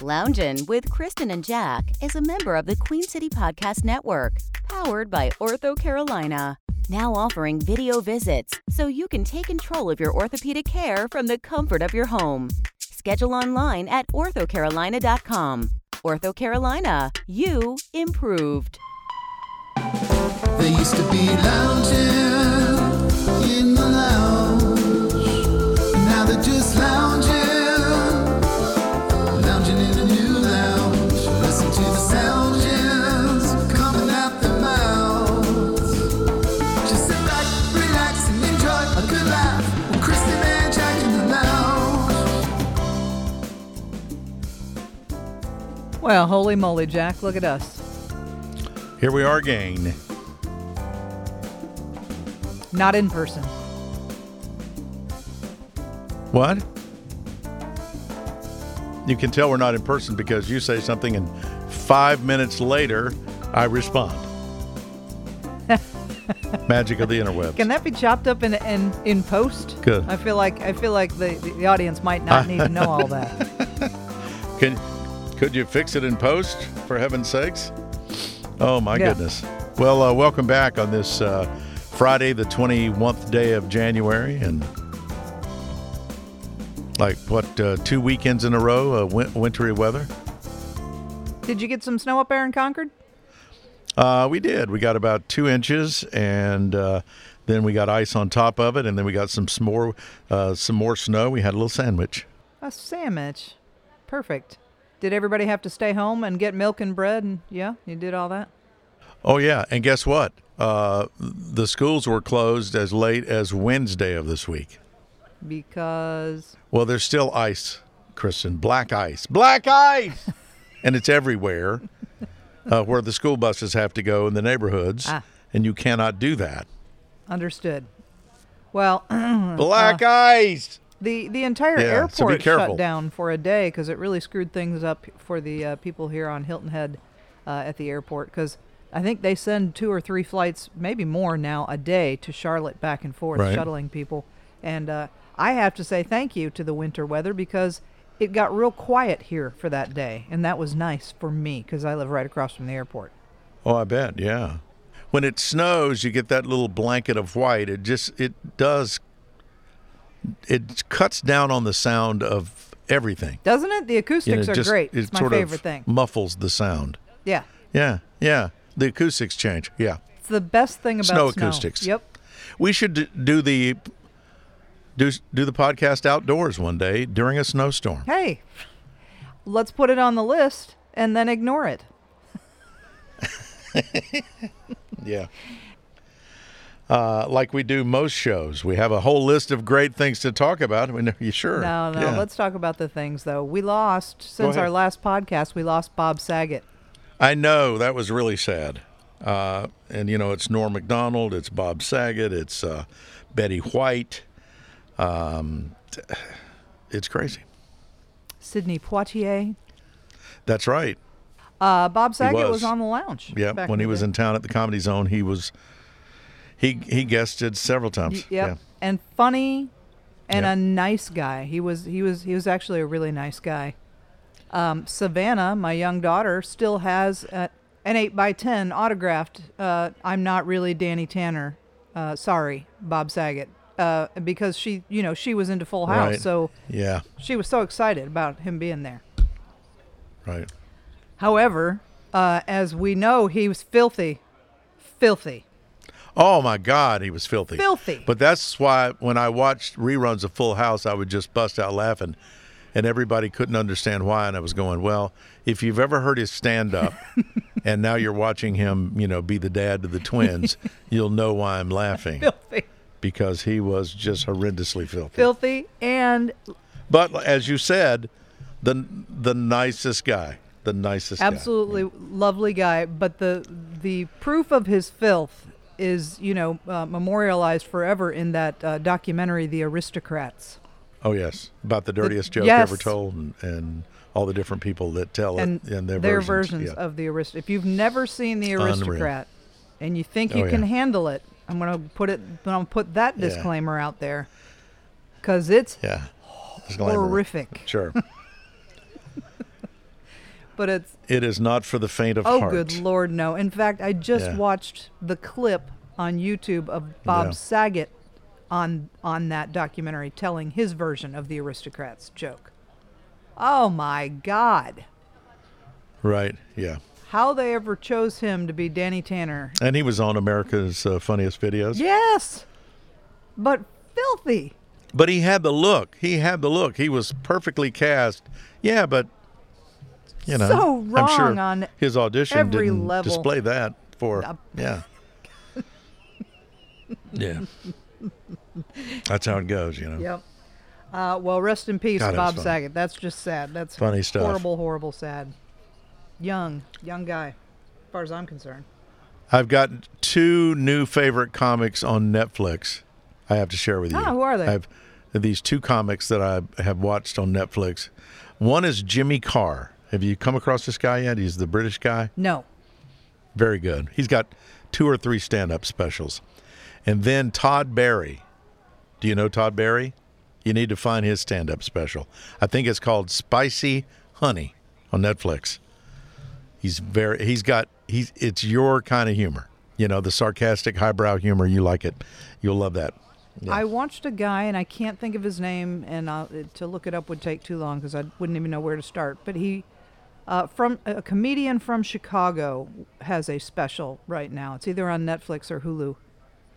Loungin' with Kristen and Jack is a member of the Queen City Podcast Network, powered by Ortho Carolina. Now offering video visits so you can take control of your orthopedic care from the comfort of your home. Schedule online at orthocarolina.com. Ortho Carolina, you improved. They used to be lounging in the lounge. Now they're just lounging, lounging in a new lounge. Listen to the sound jams coming out their mouths. Just sit back, relax, and enjoy a good laugh. with Kristen and Jack in the lounge. Well, holy moly, Jack, look at us. Here we are again. Not in person. What? You can tell we're not in person because you say something and five minutes later I respond. Magic of the interwebs. Can that be chopped up in in, in post? Good. I feel like I feel like the, the audience might not need to know all that. Can could you fix it in post? For heaven's sakes! Oh my Yeah. goodness. Well, uh, welcome back on this uh, Friday, the twenty one th day of January, and like what uh, two weekends in a row, uh, win- wintry weather. Did you get some snow up there in Concord? Uh, we did. We got about two inches, and uh, then we got ice on top of it, and then we got some s- more, uh, some more snow. We had a little sandwich. A sandwich. Perfect. Did everybody have to stay home and get milk and bread and yeah, you did all that? Oh yeah, and guess what? Uh, the schools were closed as late as Wednesday of this week. Because Well, there's still ice, Kristen. Black ice. Black ice! and it's everywhere uh, where the school buses have to go in the neighborhoods. Ah. And you cannot do that. understood. Well, Black ice! The the entire Yeah, so airport be shut careful. down for a day because it really screwed things up for the uh, people here on Hilton Head uh, at the airport because I think they send two or three flights, maybe more now, a day to Charlotte back and forth, Right. shuttling people. And uh, I have to say thank you to the winter weather because it got real quiet here for that day, and that was nice for me because I live right across from the airport. Oh, I bet, yeah. When it snows, you get that little blanket of white. It just it does it cuts down on the sound of everything. Doesn't it? The You know, acoustics it are just- great. It It's my sort of favorite thing. Muffles the sound. Yeah, Yeah, yeah. The acoustics change. Yeah. it's the best thing about Snow acoustics. Yep. We should d- do the do do the podcast outdoors one day during a snowstorm. hey, let's put it on the list and then ignore it. Yeah. Uh, like we do most shows, we have a whole list of great things to talk about. I mean, are you sure? No, no, Yeah. let's talk about the things though. We lost since our ahead. last podcast, we lost Bob Saget. I know that was really sad. Uh, and you know, it's Norm Macdonald, it's Bob Saget, it's uh, Betty White. Um, t- it's crazy. Sidney Poitier. That's right. Uh, Bob Saget was. was. on the lounge. Yeah, back when in he the was day. in town at the Comedy Zone, he was he he guested several times. Y- Yep. And funny and Yeah. a nice guy. He was he was he was actually a really nice guy. Um, Savannah, my young daughter, still has uh an 8 by 10 autographed uh, I'm not really Danny Tanner. Uh, sorry, Bob Saget. Uh, because she, you know, she was into Full House, Right. so Yeah, she was so excited about him being there. right. However, uh, as we know, he was filthy, filthy. Oh my God, he was filthy. Filthy. But that's why when I watched reruns of Full House, I would just bust out laughing, and everybody couldn't understand why. And I was going, well, if you've ever heard his stand up, and now you're watching him, you know, be the dad to the twins, you'll know why I'm laughing Filthy, because he was just horrendously filthy. filthy, and But as you said, the the nicest guy, the nicest guy. absolutely lovely guy but the the proof of his filth is you know uh, memorialized forever in that uh, documentary the aristocrats Oh yes, about the dirtiest joke yes. ever told, and, and all the different people that tell and it and their, versions yeah. of the arist if you've never seen the Unreal. aristocrat and you think you Oh, can yeah. handle it i'm going to put it i'm going to put that disclaimer out there because it's yeah. It's glamour. horrific Sure. but it's It is not for the faint of oh, heart. good lord, no. In fact, I just Yeah. watched the clip on YouTube of Bob Yeah. Saget on on that documentary telling his version of the aristocrats joke. Oh my God, Right. Yeah. how they ever chose him to be Danny Tanner? And he was on America's uh, Funniest Videos. Yes, but filthy. But he had the look. He had the look. He was perfectly cast. Yeah, but you know, So I'm sure wrong on his audition every didn't level. display that for Uh, yeah. yeah. That's how it goes, you know. Yep. Uh, well, rest in peace, God, that was Bob funny. Saget. That's just sad. That's Funny stuff. Horrible, horrible, sad. Young, young guy, as far as I'm concerned. I've got two new favorite comics on Netflix. I have to share with you. Ah, who are they? I've these two comics that I have watched on Netflix. One is Jimmy Carr. Have you come across this guy yet? He's the British guy. No. Very good. He's got two or three stand up specials. And then Todd Barry. Do you know Todd Barry? You need to find his stand up special. I think it's called Spicy Honey on Netflix. He's very he's got he's it's your kind of humor. You know, the sarcastic highbrow humor, you like it. You'll love that. Yeah. I watched a guy, and I can't think of his name, and I'll, it- to look it up would take too long because I wouldn't even know where to start. But he, uh, from a comedian from Chicago, has a special right now. It's either on Netflix or Hulu,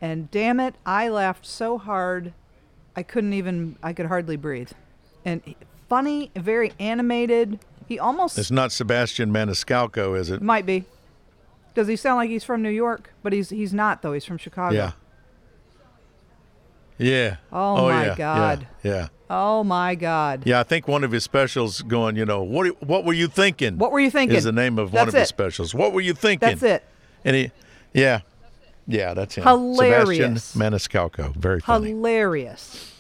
and damn it, I laughed so hard, I couldn't even, I could hardly breathe. And he- funny, very animated. He almost It's not Sebastian Maniscalco, is it? might be. Does he sound like he's from New York? But he's he's not though. He's from Chicago. Yeah. Yeah. Oh my yeah, yeah, God. yeah. Oh my God. Yeah, I think one of his specials going, you know, what what were you thinking? What were you thinking? Is the name of one That's of his it. specials. What were you thinking? That's it. And he, yeah, yeah, that's him. Hilarious. Sebastian Maniscalco, very funny. Hilarious.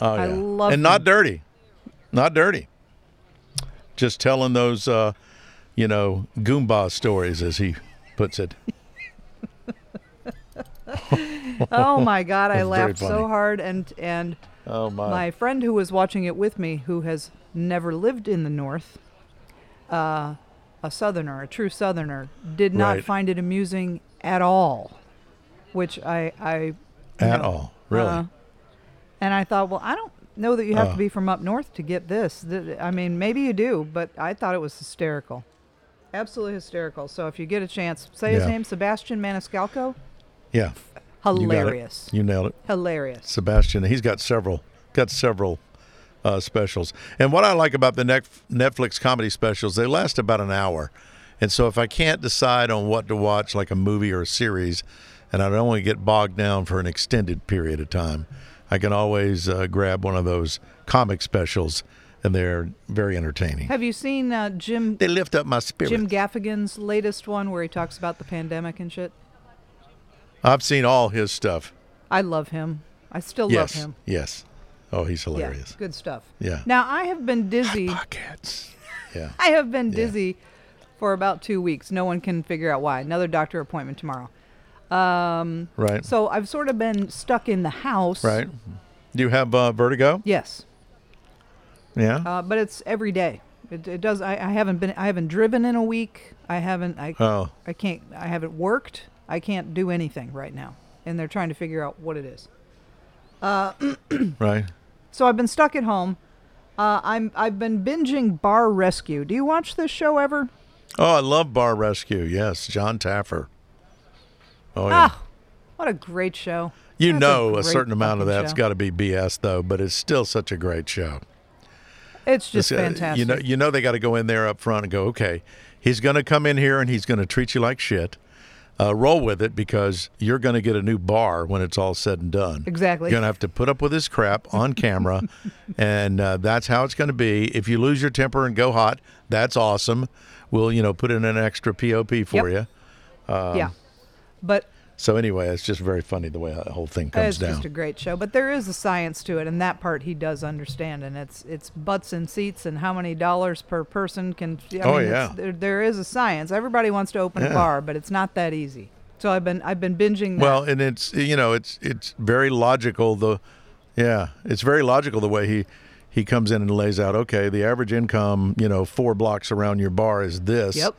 oh, I yeah. love and not him. dirty, not dirty. Just telling those, uh, you know, Goomba stories, as he puts it. Oh my god, I That's very laughed so funny. hard and and Oh my friend who was watching it with me who has never lived in the north, uh, a southerner, a true southerner, did not Right. find it amusing at all, which I I At no. all, really? Uh-uh. and I thought, well, I don't know that you have Oh. to be from up north to get this. Th- I mean, maybe you do, but I thought it was hysterical. Absolutely hysterical. So if you get a chance, say his Yeah. name, Sebastian Maniscalco. yeah, You got it. Hilarious. You nailed it. Hilarious. Sebastian. He's got several got several uh, specials. And what I like about the Nef- Netflix comedy specials, they last about an hour. And so if I can't decide on what to watch, like a movie or a series, and I don't want to get bogged down for an extended period of time, I can always uh, grab one of those comic specials, and they're very entertaining. Have you seen uh, Jim They lift up my spirit. Jim Gaffigan's latest one where he talks about the pandemic and shit? I've seen all his stuff. I love him. I still yes. love him. Yes. Oh, he's Yeah, hilarious. good stuff. Yeah. Now I have been dizzy. Pockets. Yeah. I have been dizzy for about two weeks. No one can figure out why. Another doctor appointment tomorrow. Right. So I've sort of been stuck in the house. Right. Do you have uh, vertigo? Yes, Yeah. uh, but it's every day. It, it does. I, I haven't been. I haven't driven in a week. I haven't. I. Oh. I can't. I haven't worked. I can't do anything right now, and they're trying to figure out what it is. right. So I've been stuck at home. Uh, I'm. I've been binging Bar Rescue. Do you watch this show ever? Oh, I love Bar Rescue. Yes, John Taffer. Oh yeah. Ah, what a great show. you That's know, a, great certain amount of fucking that's show. got to be BS though, but it's still such a great show. It's just It's, uh, fantastic. You know, you know they got to go in there up front and go, okay, he's going to come in here and he's going to treat you like shit. Uh, roll with it because you're going to get a new bar when it's all said and done. Exactly. You're going to have to put up with his crap on camera, and uh, that's how it's going to be. If you lose your temper and go hot, that's awesome. We'll you know put in an extra pop for Yep. you. Um, yeah, but So anyway, it's just very funny the way the whole thing comes it's down. just a great show, but there is a science to it, and that part he does understand. And it's it's butts and seats, and how many dollars per person can. I Oh, mean, it's- yeah. there, there is a science. Everybody wants to open a Yeah. bar, but it's not that easy. So I've been I've been binging. That. Well, and it's you know it's it's very logical the, yeah, it's very logical the way he he comes in and lays out, okay, the average income, you know, four blocks around your bar is this. Yep.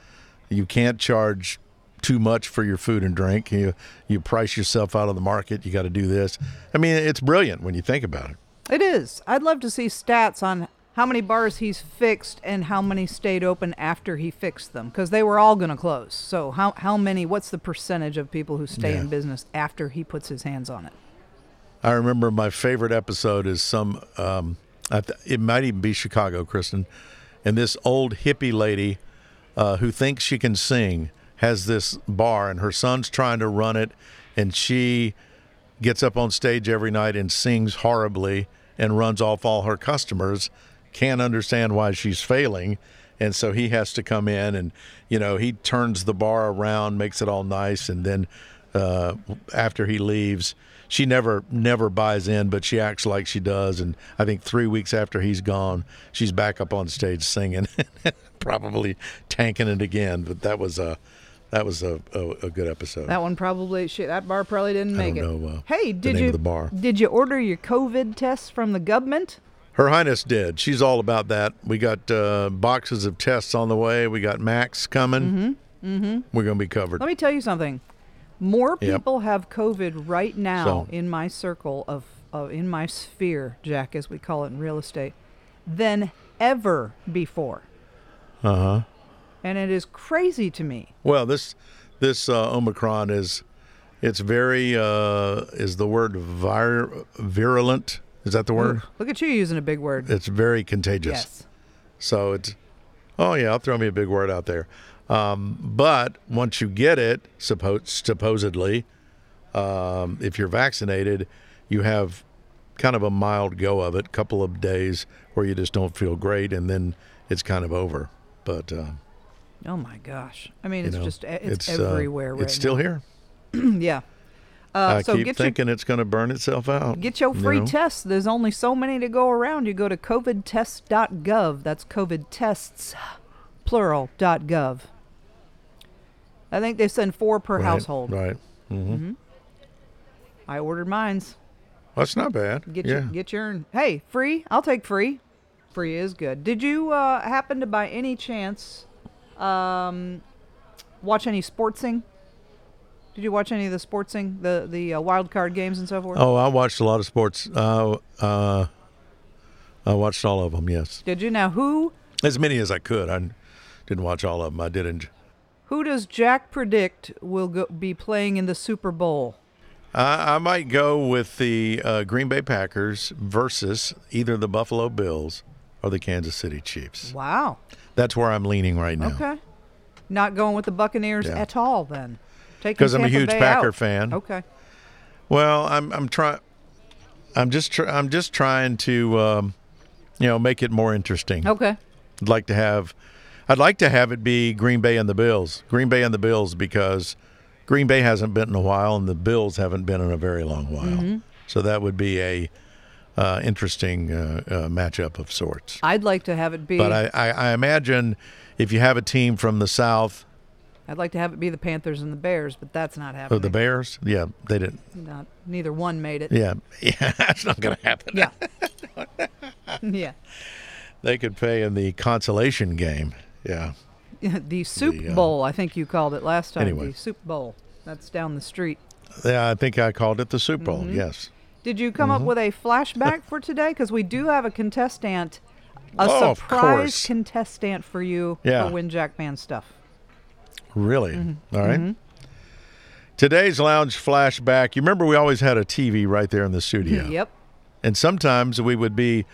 You can't charge too much for your food and drink. You you price yourself out of the market. You got to do this. I mean, it's brilliant when you think about it. It is. I'd love to see stats on how many bars he's fixed and how many stayed open after he fixed them because they were all going to close. So how how many? What's the percentage of people who stay Yeah. in business after he puts his hands on it? I remember my favorite episode is some. Um, I th- it might even be Chicago, Kristen, and this old hippie lady uh, who thinks she can sing has this bar, and her son's trying to run it, and she gets up on stage every night and sings horribly and runs off all her customers. Can't understand why she's failing. And so he has to come in and, you know, he turns the bar around, makes it all nice. And then uh, after he leaves, she never, never buys in, but she acts like she does. And I think three weeks after he's gone, she's back up on stage singing, probably tanking it again. But that was a, that was a, a, a good episode. That one probably shit. That bar probably didn't I make don't it. know, uh, hey, the did name you of the bar. did you order your COVID tests from the government? Her Highness did. She's all about that. We got uh, boxes of tests on the way. We got Max coming. Mm-hmm. Mm-hmm. We're going to be covered. Let me tell you something. More Yep. people have COVID right now So- in my circle of, of in my sphere, Jack, as we call it in real estate, than ever before. Uh huh. And it is crazy to me. Well, this this uh, Omicron is it's very uh, is the word vir- virulent. Is that the word? Look at you using a big word. It's very contagious. yes. So it's, oh yeah, I'll throw me a big word out there. Um, but once you get it, suppo- supposedly, um, if you're vaccinated, you have kind of a mild go of it, couple of days where you just don't feel great, and then it's kind of over. But uh, Oh my gosh. I mean, you it's know, just e-, eh, it's, uh, everywhere right it's still here. now. yeah. Uh, I so keep get thinking it's going to burn itself your out. get your you free know? tests. There's only so many to go around. You go to covidtests.gov. That's COVID tests plural dot gov. I think they send four per Right, household. Right. I ordered mines. That's not bad. Get yeah. your get your hey free. I'll take free. Free is good. Did you uh, happen to by any chance um, watch any sportsing? Did you watch any of the sportsing, the the uh, wild card games and so forth? Oh, I watched a lot of sports. Uh, uh, I watched all of them. Yes, Did you now who as many as I could. I didn't watch all of them. I didn't. who does Jack predict will go, be playing in the Super Bowl? I, I might go with the uh, Green Bay Packers versus either the Buffalo Bills or the Kansas City Chiefs. Wow. That's where I'm leaning right now. Okay. Not going with the Buccaneers Yeah. at all then. Taking 'Cause I'm a Tampa huge Bay Packer out. fan. Okay. Well, I'm I'm trying. I'm just tr- I'm just trying to um, you know make it more interesting. Okay. I'd like to have I'd like to have it be Green Bay and the Bills. Green Bay and the Bills because Green Bay hasn't been in a while and the Bills haven't been in a very long while. So that would be a uh, interesting uh, uh, matchup of sorts. I'd like to have it be But I, I, I imagine if you have a team from the South, I'd like to have it be the Panthers and the Bears, but that's not oh, happening. the Bears, yeah, they didn't. Not, neither one made it. Yeah, yeah, that's not going to happen. Yeah. Yeah. They could pay in the consolation game. Yeah. The Soup The, uh, Bowl, I think you called it last time. Anyway. The Soup Bowl. That's down the street. Yeah, I think I called it the Super Bowl. Yes. Did you come Mm-hmm. up with a flashback for today? Because we do have a contestant, a Oh, of surprise course. contestant for you Yeah. for Win Jackman stuff. Really? Mm-hmm. All right. Today's lounge flashback. You remember we always had a TV right there in the studio. Yep. And sometimes we would be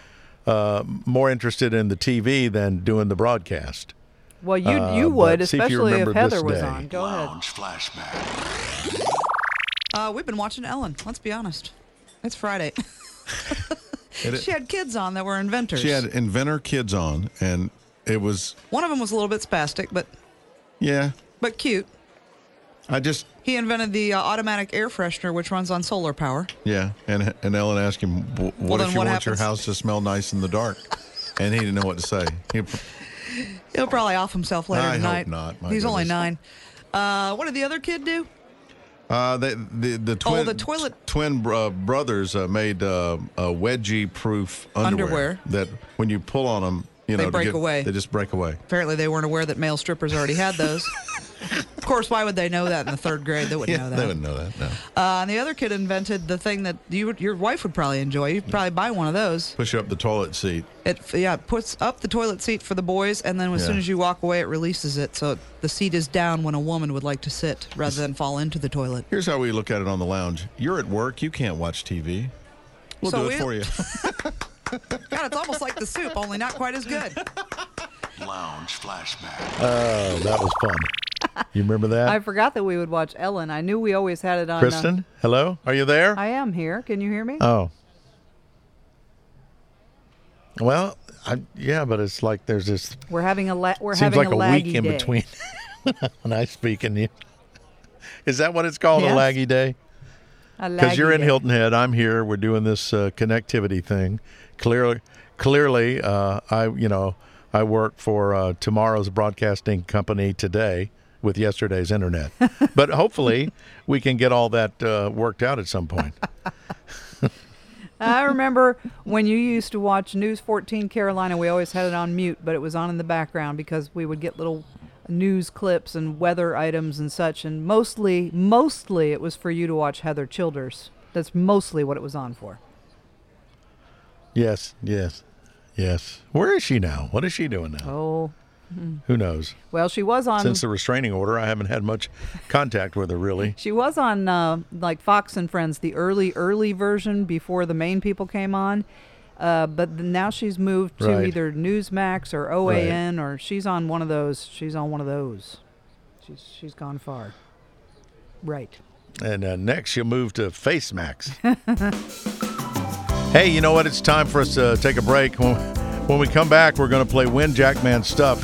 uh, more interested in the TV than doing the broadcast. Well, you Uh, you would, but see if you especially if remember Heather this was day. on. Go ahead. flashback. Uh, we've been watching Ellen. Let's be honest. It's Friday. she had kids on that were inventors. She had inventor kids on, and it was One of them was a little bit spastic, but yeah. but cute. I just He invented the uh, automatic air freshener, which runs on solar power. yeah, and and Ellen asked him, then "Wh- "What if you what want your happens?" house to smell nice in the dark?" And he didn't know what to say. He, He'll probably off himself later I hope tonight. not. My He's only goodness. nine. Uh, what did the other kid do? Uh, they, the the Oh, twin the toilet- twin uh, brothers uh, made uh, uh, wedgie proof underwear, Underwear. that when you pull on them, you They know, to break away. They just break away. Apparently, they weren't aware that male strippers already had those. of course, why would they know that in the third grade? They wouldn't know that. they wouldn't know that. No. Uh, and the other kid invented the thing that you, would- your wife would probably enjoy. You'd probably buy one of those. Push up the toilet seat. It f- yeah it puts up the toilet seat for the boys, and then as Yeah. soon as you walk away, it releases it. So the seat is down when a woman would like to sit rather than fall into the toilet. Here's how we look at it on the lounge. You're at work. You can't watch TV. We'll So do it we- for you. God, it's almost like the soup, only not quite as good. Lounge flashback. Oh, that was fun. You remember that? I forgot that we would watch Ellen. I knew we always had it on. uh, Kristen, hello? Are you there? I am here. Can you hear me? oh. Well, I, yeah, but it's like there's this we're having a la- we're seems having a, like a, laggy week in day. between when I speak and you. Is that what it's called? Yes. A laggy day? A Because you're laggy in day. Hilton Head, I'm here. We're doing this uh, connectivity thing. Clearly, clearly, uh, I you know I work for uh, tomorrow's broadcasting company today with yesterday's internet. but hopefully, we can get all that uh, worked out at some point. I remember when you used to watch News 14 Carolina, we always had it on mute, but it was on in the background because we would get little news clips and weather items and such. And mostly, mostly it was for you to watch Heather Childers. That's mostly what it was on for. yes, yes, yes. Where is she now? What is she doing now? Oh, Who knows? well, she was on. Since the restraining order, I haven't had much contact with her really. She was on uh, like Fox and Friends, the early, early version before the main people came on. Uh, but th- now she's moved to Right. either Newsmax or OAN, or she's on one of those. She's on one of those. She's she's gone far. Right. And uh, next, you'll move to Face Max. hey, you know what? It's time for us to take a break. When, when we come back, we're going to play Win Jackman Stuff.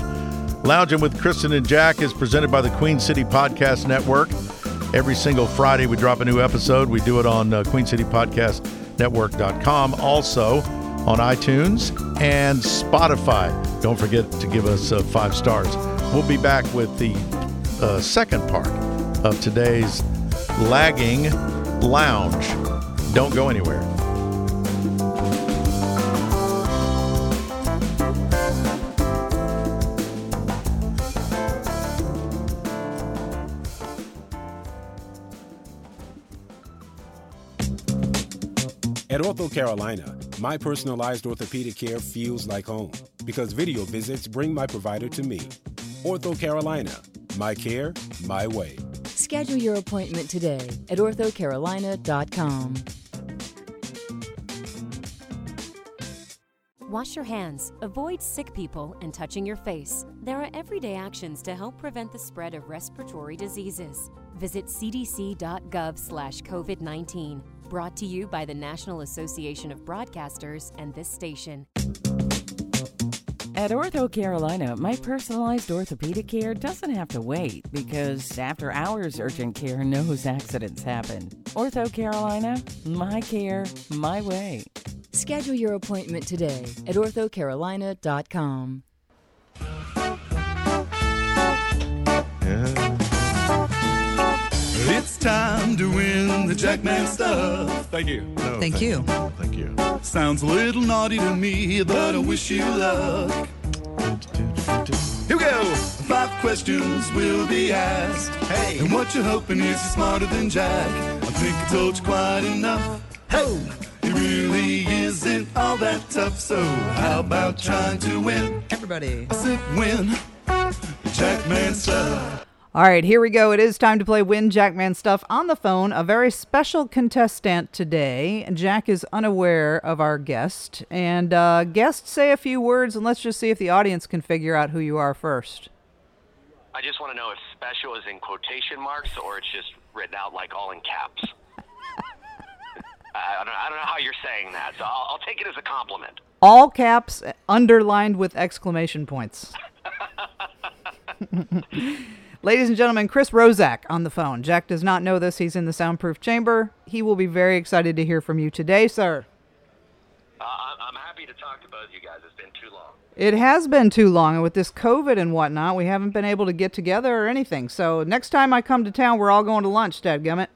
Lounging with Kristen and Jack is presented by the Queen City Podcast Network. Every single Friday, we drop a new episode. We do it on uh, queencitypodcastnetwork.com, also on iTunes and Spotify. Don't forget to give us uh, five stars. We'll be back with the uh, second part of today's lagging lounge. Don't go anywhere. At Ortho Carolina, my personalized orthopedic care feels like home because video visits bring my provider to me. Ortho Carolina, my care, my way. Schedule your appointment today at orthocarolina.com. Wash your hands, avoid sick people, and touching your face. There are everyday actions to help prevent the spread of respiratory diseases. Visit cdc.gov slash COVID-19. Brought to you by the National Association of Broadcasters and this station. At Ortho Carolina, my personalized orthopedic care doesn't have to wait because after hours, urgent care knows accidents happen. Ortho Carolina, my care, my way. Schedule your appointment today at orthocarolina.com. It's time to win the Jackman stuff. Thank you. No, Thank you. Thank you. Sounds a little naughty to me, but I wish you luck. Here we go. Five questions will be asked. Hey. And what you're hoping is you're smarter than Jack. I think I told you quite enough. Hey. It really isn't all that tough, so how about trying to win? Everybody. I said win. Jackman stuff. All right, here we go. It is time to play Win Jackman Stuff on the phone. A very special contestant today. Jack is unaware of our guest, and uh, guests say a few words, and let's just see if the audience can figure out who you are first. I just want to know if special is in quotation marks or it's just written out like all in caps. I, I, don't, I don't know how you're saying that, so I'll, I'll take it as a compliment. all caps uh, underlined with exclamation points. Ladies and gentlemen, Chris Rozak on the phone. Jack does not know this. He's in the soundproof chamber. He will be very excited to hear from you today, sir. Uh, I'm, I'm happy to talk to both you guys. It's been too long. It has been too long, and with this COVID and whatnot, we haven't been able to get together or anything. So next time I come to town, we're all going to lunch, Dadgummit.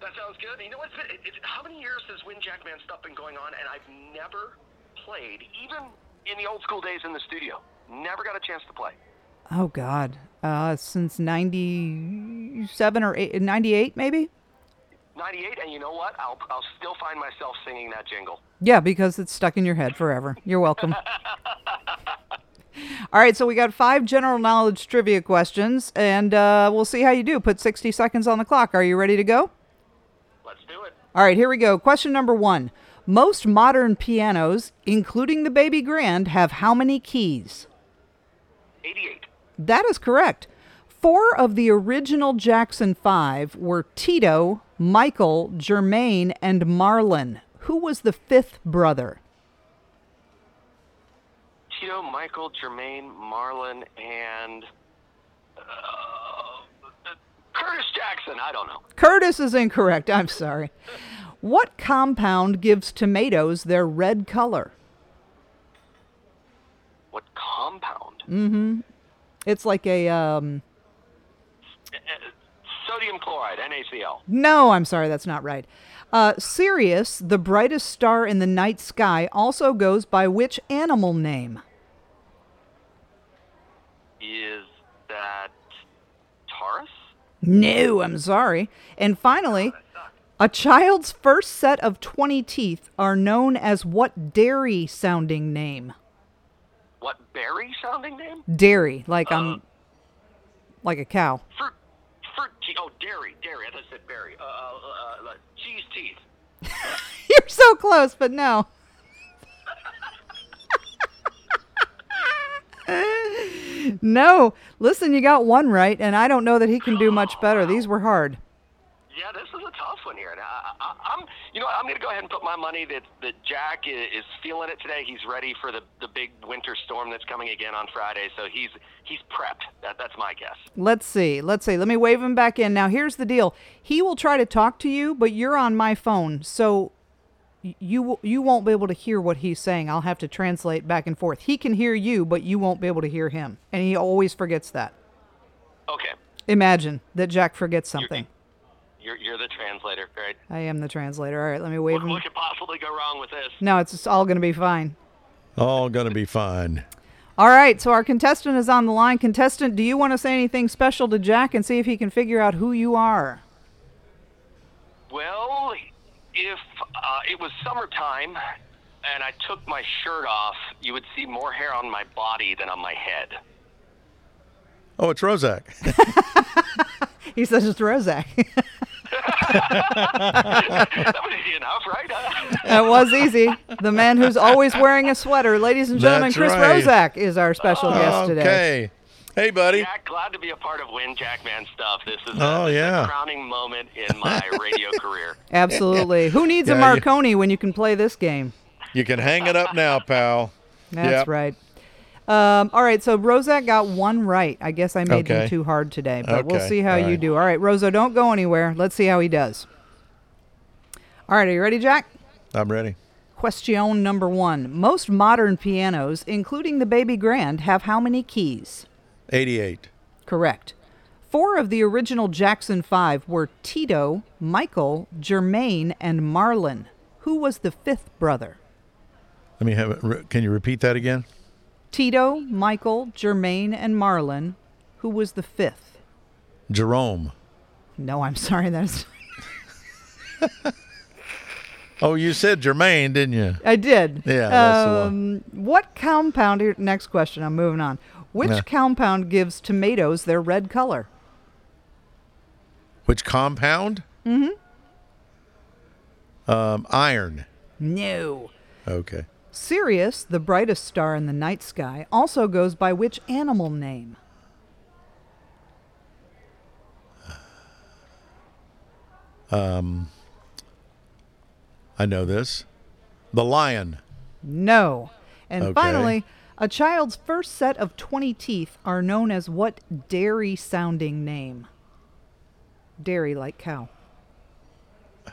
That sounds good. You know what's been, it, it's how many years has Win Jackman stuff been going on, and I've never played, even in the old school days in the studio. Never got a chance to play. Oh God, uh, since '97 or eight, '98 maybe. 98, and you know what? I'll, I'll still find myself singing that jingle. Yeah, because it's stuck in your head forever. You're welcome. All right, so we got five general knowledge trivia questions, and uh, we'll see how you do. Put 60 seconds on the clock. Are you ready to go? Let's do it. All right, here we go. Question number one Most modern pianos, including the Baby Grand, have how many keys? 88. That is correct. Four of the original Jackson Five were Tito, Michael, Germaine, and Marlon. Who was the fifth brother? Tito, Michael, Jermaine, Marlon, and uh, Curtis Jackson. I don't know. Curtis is incorrect. I'm sorry. What compound gives tomatoes their red color? What compound? Mm-hmm. It's like a um, Uh, uh, Sodium chloride, NaCl. No, I'm sorry, that's not right. Uh, Sirius, the brightest star in the night sky, also goes by which animal name? Is that Taurus? No, I'm sorry. And finally, a child's first set of 20 teeth are known as what dairy sounding name? What berry sounding name? Dairy, like I'm like a cow. Fruit. Fruit. Tea. Oh, dairy. Dairy. I thought it said berry. Uh, uh, uh, uh, cheese teeth. You're so close, but no. no, listen, you got one right, and I don't know that he can do much better. These were hard. Yeah, this is a tough one here. And I, I, I'm, you know, what, I'm going to go ahead and put my money that that Jack is, is feeling it today. He's ready for the the big winter storm that's coming again on Friday. So he's he's prepped. That, that's my guess. Let's see. Let's see. Let me wave him back in. Now, here's the deal. He will try to talk to you, but you're on my phone, so y- you w- you won't be able to hear what he's saying. I'll have to translate back and forth. He can hear you, but you won't be able to hear him, and he always forgets that. Okay, Imagine that Jack forgets something. you're you're the translator, right? I am the translator. All right, let me wave What, him. what could possibly go wrong with this? No, it's it's all going to be fine. All gonna be fine. All right, so our contestant is on the line. Contestant, do you want to say anything special to Jack and see if he can figure out who you are? Well, if uh, it was summertime and I took my shirt off, you would see more hair on my body than on my head. Oh, it's Rozak. He says it's Rozak. that was easy enough, right? that was easy. The man who's always wearing a sweater, ladies and gentlemen, That's Chris right. Rozak is our special guest today. okay. Hey, buddy. Jack, glad to be a part of Win Jackman stuff. This is a, Oh, this is a yeah. crowning moment in my radio career. Absolutely. Who needs a Yeah, you- Marconi when you can play this game? You can hang it up now, pal. That's Yep. right. Um, all right, so Rozak got one right. I guess I made him Okay. too hard today, but we'll Okay, see how all you right. do. All right, Rozo, don't go anywhere. Let's see how he does. All right, are you ready, Jack? I'm ready. Question number one. Most modern pianos, including the Baby Grand, have how many keys? 88. Correct. Four of the original Jackson Five were Tito, Michael, Germaine, and Marlon. Who was the fifth brother? Let me have it. re- Can you repeat that again? Tito, Michael, Germaine, and Marlon. Who was the fifth? Jerome. No, I'm sorry. That is. Oh, you said Jermaine, didn't you? I did. Yeah, that's the one. um, What compound? Here, next question. I'm moving on. Which Yeah. compound gives tomatoes their red color? Which compound? Mm-hmm. Um, iron. No. Okay. Sirius, the brightest star in the night sky, also goes by which animal name? Um, I know this. The lion. No. And Okay. finally, a child's first set of 20 teeth are known as what dairy sounding name? Dairy like cow.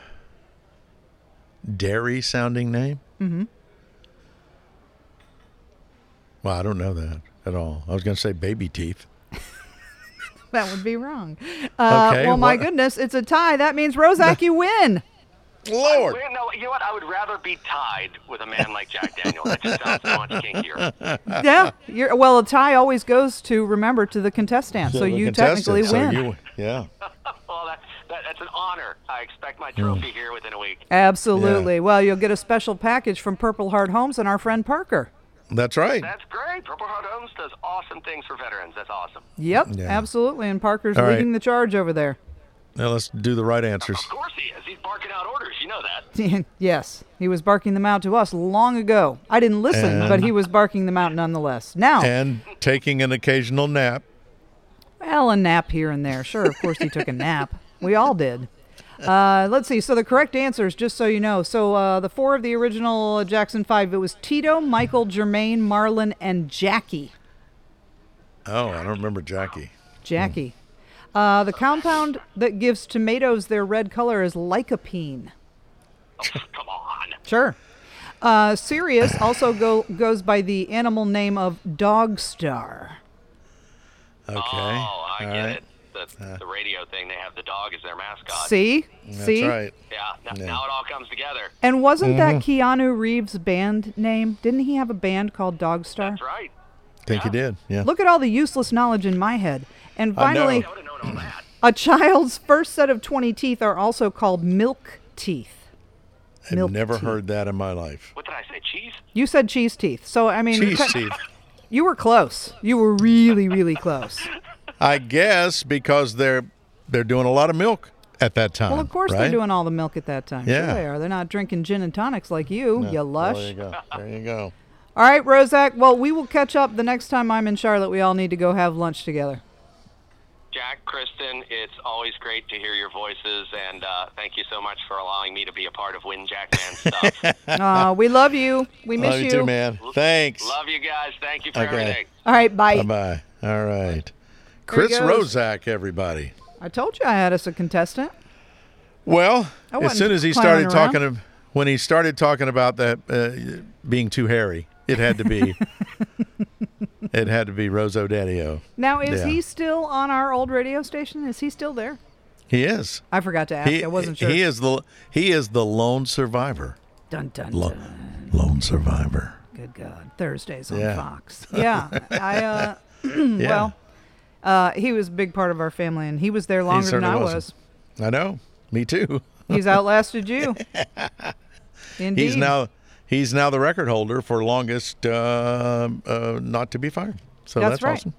Dairy sounding name? Mm-hmm. Well, I don't know that at all. I was going to say baby teeth. That would be wrong. Uh, Okay, well, my what- goodness, it's a tie. That means Rozak, you win. Lord. Well, no, you know what? I would rather be tied with a man like Jack Daniel. That just sounds so much kinkier. yeah. You're, well, a tie always goes to remember to the contestant, so The you contestant, technically so win. you- yeah. Well, that, that, that's an honor. I expect my trophy here within a week. Absolutely. Well, you'll get a special package from Purple Heart Homes and our friend Parker. That's right. That's great. Purple Heart Homes does awesome things for veterans. That's awesome. Yep, Yeah. absolutely. And Parker's All right. leading the charge over there. Now let's do the right answers. Of course he is. He's barking out orders. You know that. yes, he was barking them out to us long ago. I didn't listen, but And- he was barking them out nonetheless. Now, And taking an occasional nap. well, a nap here and there. Sure, of course he took a nap. We all did. Uh, let's see. So the correct answers, just so you know. So uh, the four of the original Jackson Five, it was Tito, Michael, Jermaine, Marlon, and Jackie. Oh, I don't remember Jackie. Jackie. Hmm. Uh, the compound that gives tomatoes their red color is lycopene. Oh, Come on. Sure. Uh, Sirius also go, goes by the animal name of dog star. Okay. Uh. Oh, I All get right. it. The, the radio thing, they have the dog as their mascot. See? That's See? right. Yeah, n- now it all comes together. And wasn't that Mm-hmm. Keanu Reeves' band name? Didn't he have a band called Dog Star? That's right. Think you did. Yeah. Look at all the useless knowledge in my head. And I know. finally, I would have known all that. a child's first set of 20 teeth are also called milk teeth. I've milk never tea. heard that in my life. What did I say? Cheese? You said cheese teeth. So, I mean, Cheese te- teeth. you were close. You were really, really close. I guess because they're they're doing a lot of milk at that time. Well, of course right? they're doing all the milk at that time. Sure Yeah. they are. They're not drinking gin and tonics like you, you lush. There you go. There you go. All right, Rozak. Well, we will catch up the next time I'm in Charlotte. We all need to go have lunch together. Jack, Kristen, it's always great to hear your voices, and uh, thank you so much for allowing me to be a part of Win Jack Man stuff. Uh, we love you. We miss Love you too, man. Thanks. Love you guys. Thank you for Okay. everything. All right, bye. Bye bye. All right. There he Chris goes. Rozak, everybody. I told you I had us a contestant. Well, I as wasn't soon as he clowning started talking, ab- when he started talking about that uh, being too hairy, it had to be, it had to be Roso Daddio. Now, is Yeah. he still on our old radio station? Is he still there? He is. I forgot to ask. He, I wasn't sure. He is the he is the lone survivor. Dun, dun, Lo- dun. lone survivor. Good God. Thursdays on Yeah. Fox. Yeah. I, uh, Yeah, well, uh, he was a big part of our family, and he was there longer than certainly I was. was. I know. Me too. He's outlasted you. Indeed. He's now he's now the record holder for longest uh, uh, not to be fired. So That's that's, right. awesome.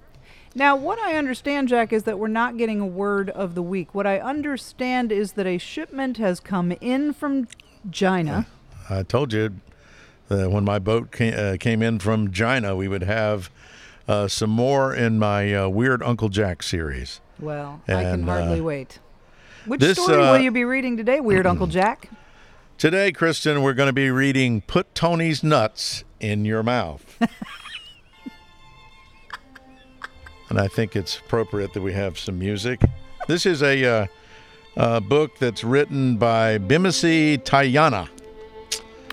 Now, what I understand, Jack, is that we're not getting a word of the week. What I understand is that a shipment has come in from China. I told you that when my boat came, uh, came in from China, we would have uh, some more in my uh, Weird Uncle Jack series. Well, I can And, hardly uh, wait. Which this, story uh, will you be reading today, Weird Uncle Jack? Today, Kristen, we're going to be reading Put Tony's Nuts in Your Mouth. and I think it's appropriate that we have some music. This is a uh, uh, book that's written by Bimisi Tayana.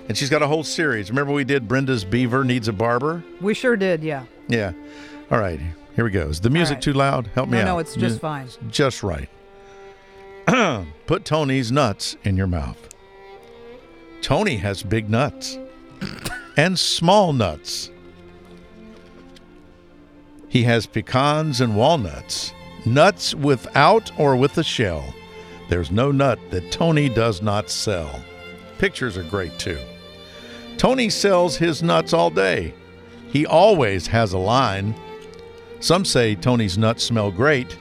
And she's got a whole series. Remember, we did Brenda's Beaver Needs a Barber? We sure did, yeah. Yeah. All right. Here we go. Is the music right. too loud? Help me No, out. no, it's just fine. Just right. Put Tony's nuts in your mouth. Tony has big nuts and small nuts. He has pecans and walnuts, nuts without or with a shell. There's no nut that Tony does not sell. Pictures are great too. Tony sells his nuts all day. He always has a line. Some say Tony's nuts smell great.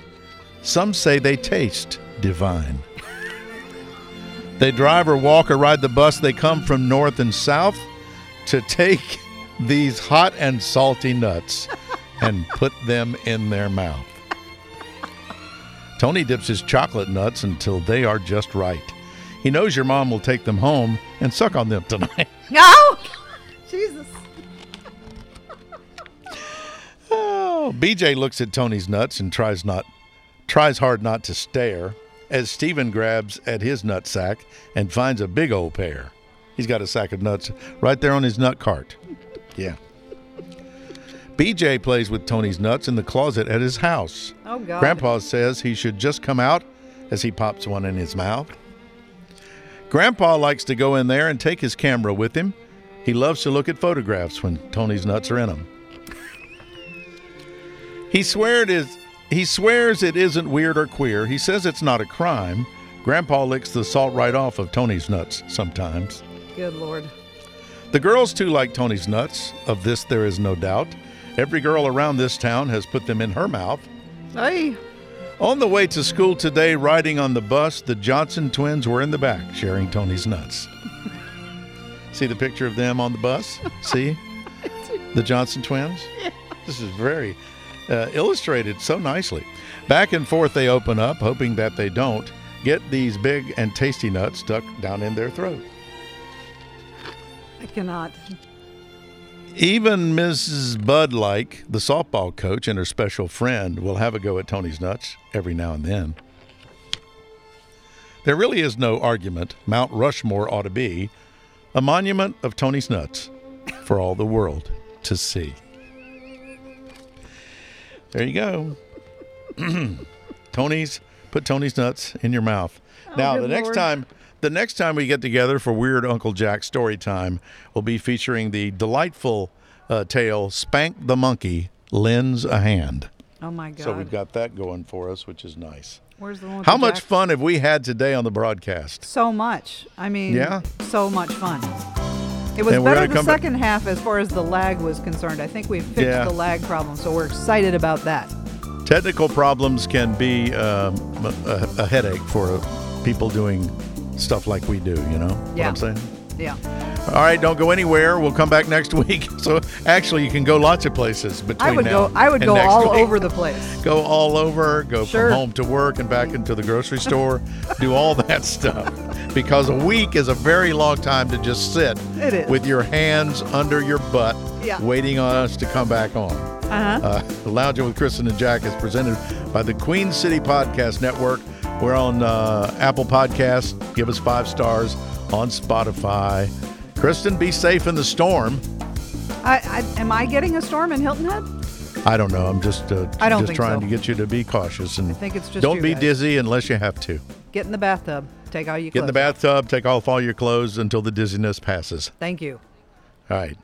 Some say they taste divine. they drive or walk or ride the bus. They come from north and south to take these hot and salty nuts and put them in their mouth. Tony dips his chocolate nuts until they are just right. He knows your mom will take them home and suck on them tonight. No! Jesus. Oh, BJ looks at Tony's nuts and tries not tries hard not to stare as Steven grabs at his nut sack and finds a big old pair. He's got a sack of nuts right there on his nut cart. Yeah. BJ plays with Tony's nuts in the closet at his house. Oh, God. Grandpa says he should just come out as he pops one in his mouth. Grandpa likes to go in there and take his camera with him. He loves to look at photographs when Tony's nuts are in them. He swear it is he swears it isn't weird or queer. He says it's not a crime. Grandpa licks the salt right off of Tony's nuts sometimes. Good lord. The girls too like Tony's nuts. Of this there is no doubt. Every girl around this town has put them in her mouth. Hey. On the way to school today, riding on the bus, the Johnson twins were in the back sharing Tony's nuts. See the picture of them on the bus? See? the Johnson twins? This is very uh, illustrated so nicely. Back and forth they open up, hoping that they don't get these big and tasty nuts stuck down in their throat. I cannot. Even Mrs. Bud Like, the softball coach, and her special friend will have a go at Tony's nuts every now and then. There really is no argument. Mount Rushmore ought to be a monument of Tony's nuts for all the world to see. There you go. Tony's put Tony's nuts in your mouth. now good the next Lord. time the next time we get together for Weird Uncle Jack story time, we'll be featuring the delightful uh, tale "Spank the Monkey Lends a Hand." Oh my God. So we've got that going for us, which is nice. Where's the one? With How the much jack- fun have we had today on the broadcast? So much. I mean, Yeah. so much fun. It was And we're better gonna the come back- second half as far as the lag was concerned. I think we fixed Yeah. the lag problem, so we're excited about that. Technical problems can be um, a, a headache for people doing stuff like we do. You know Yeah. what I'm saying? Yeah. All right, don't go anywhere. We'll come back next week. So actually, you can go lots of places between I would now go I would and go next all week. over the place. Go all over. Go Sure. from home to work and back into the grocery store. do all that stuff because a week is a very long time to just sit It is. with your hands under your butt, Yeah. waiting on us to come back on. Uh-huh. Uh, Lounging with Kristen and Jack is presented by the Queen City Podcast Network. We're on uh, Apple Podcasts. Give us five stars on Spotify. Kristen, be safe in the storm. I, I, am I getting a storm in Hilton Head? I don't know. I'm just uh, I don't just think trying so. to get you to be cautious and I think it's just don't you be guys. dizzy unless you have to. Get in the bathtub. Take all you Get in the bathtub, take off all your clothes until the dizziness passes. Thank you. All right.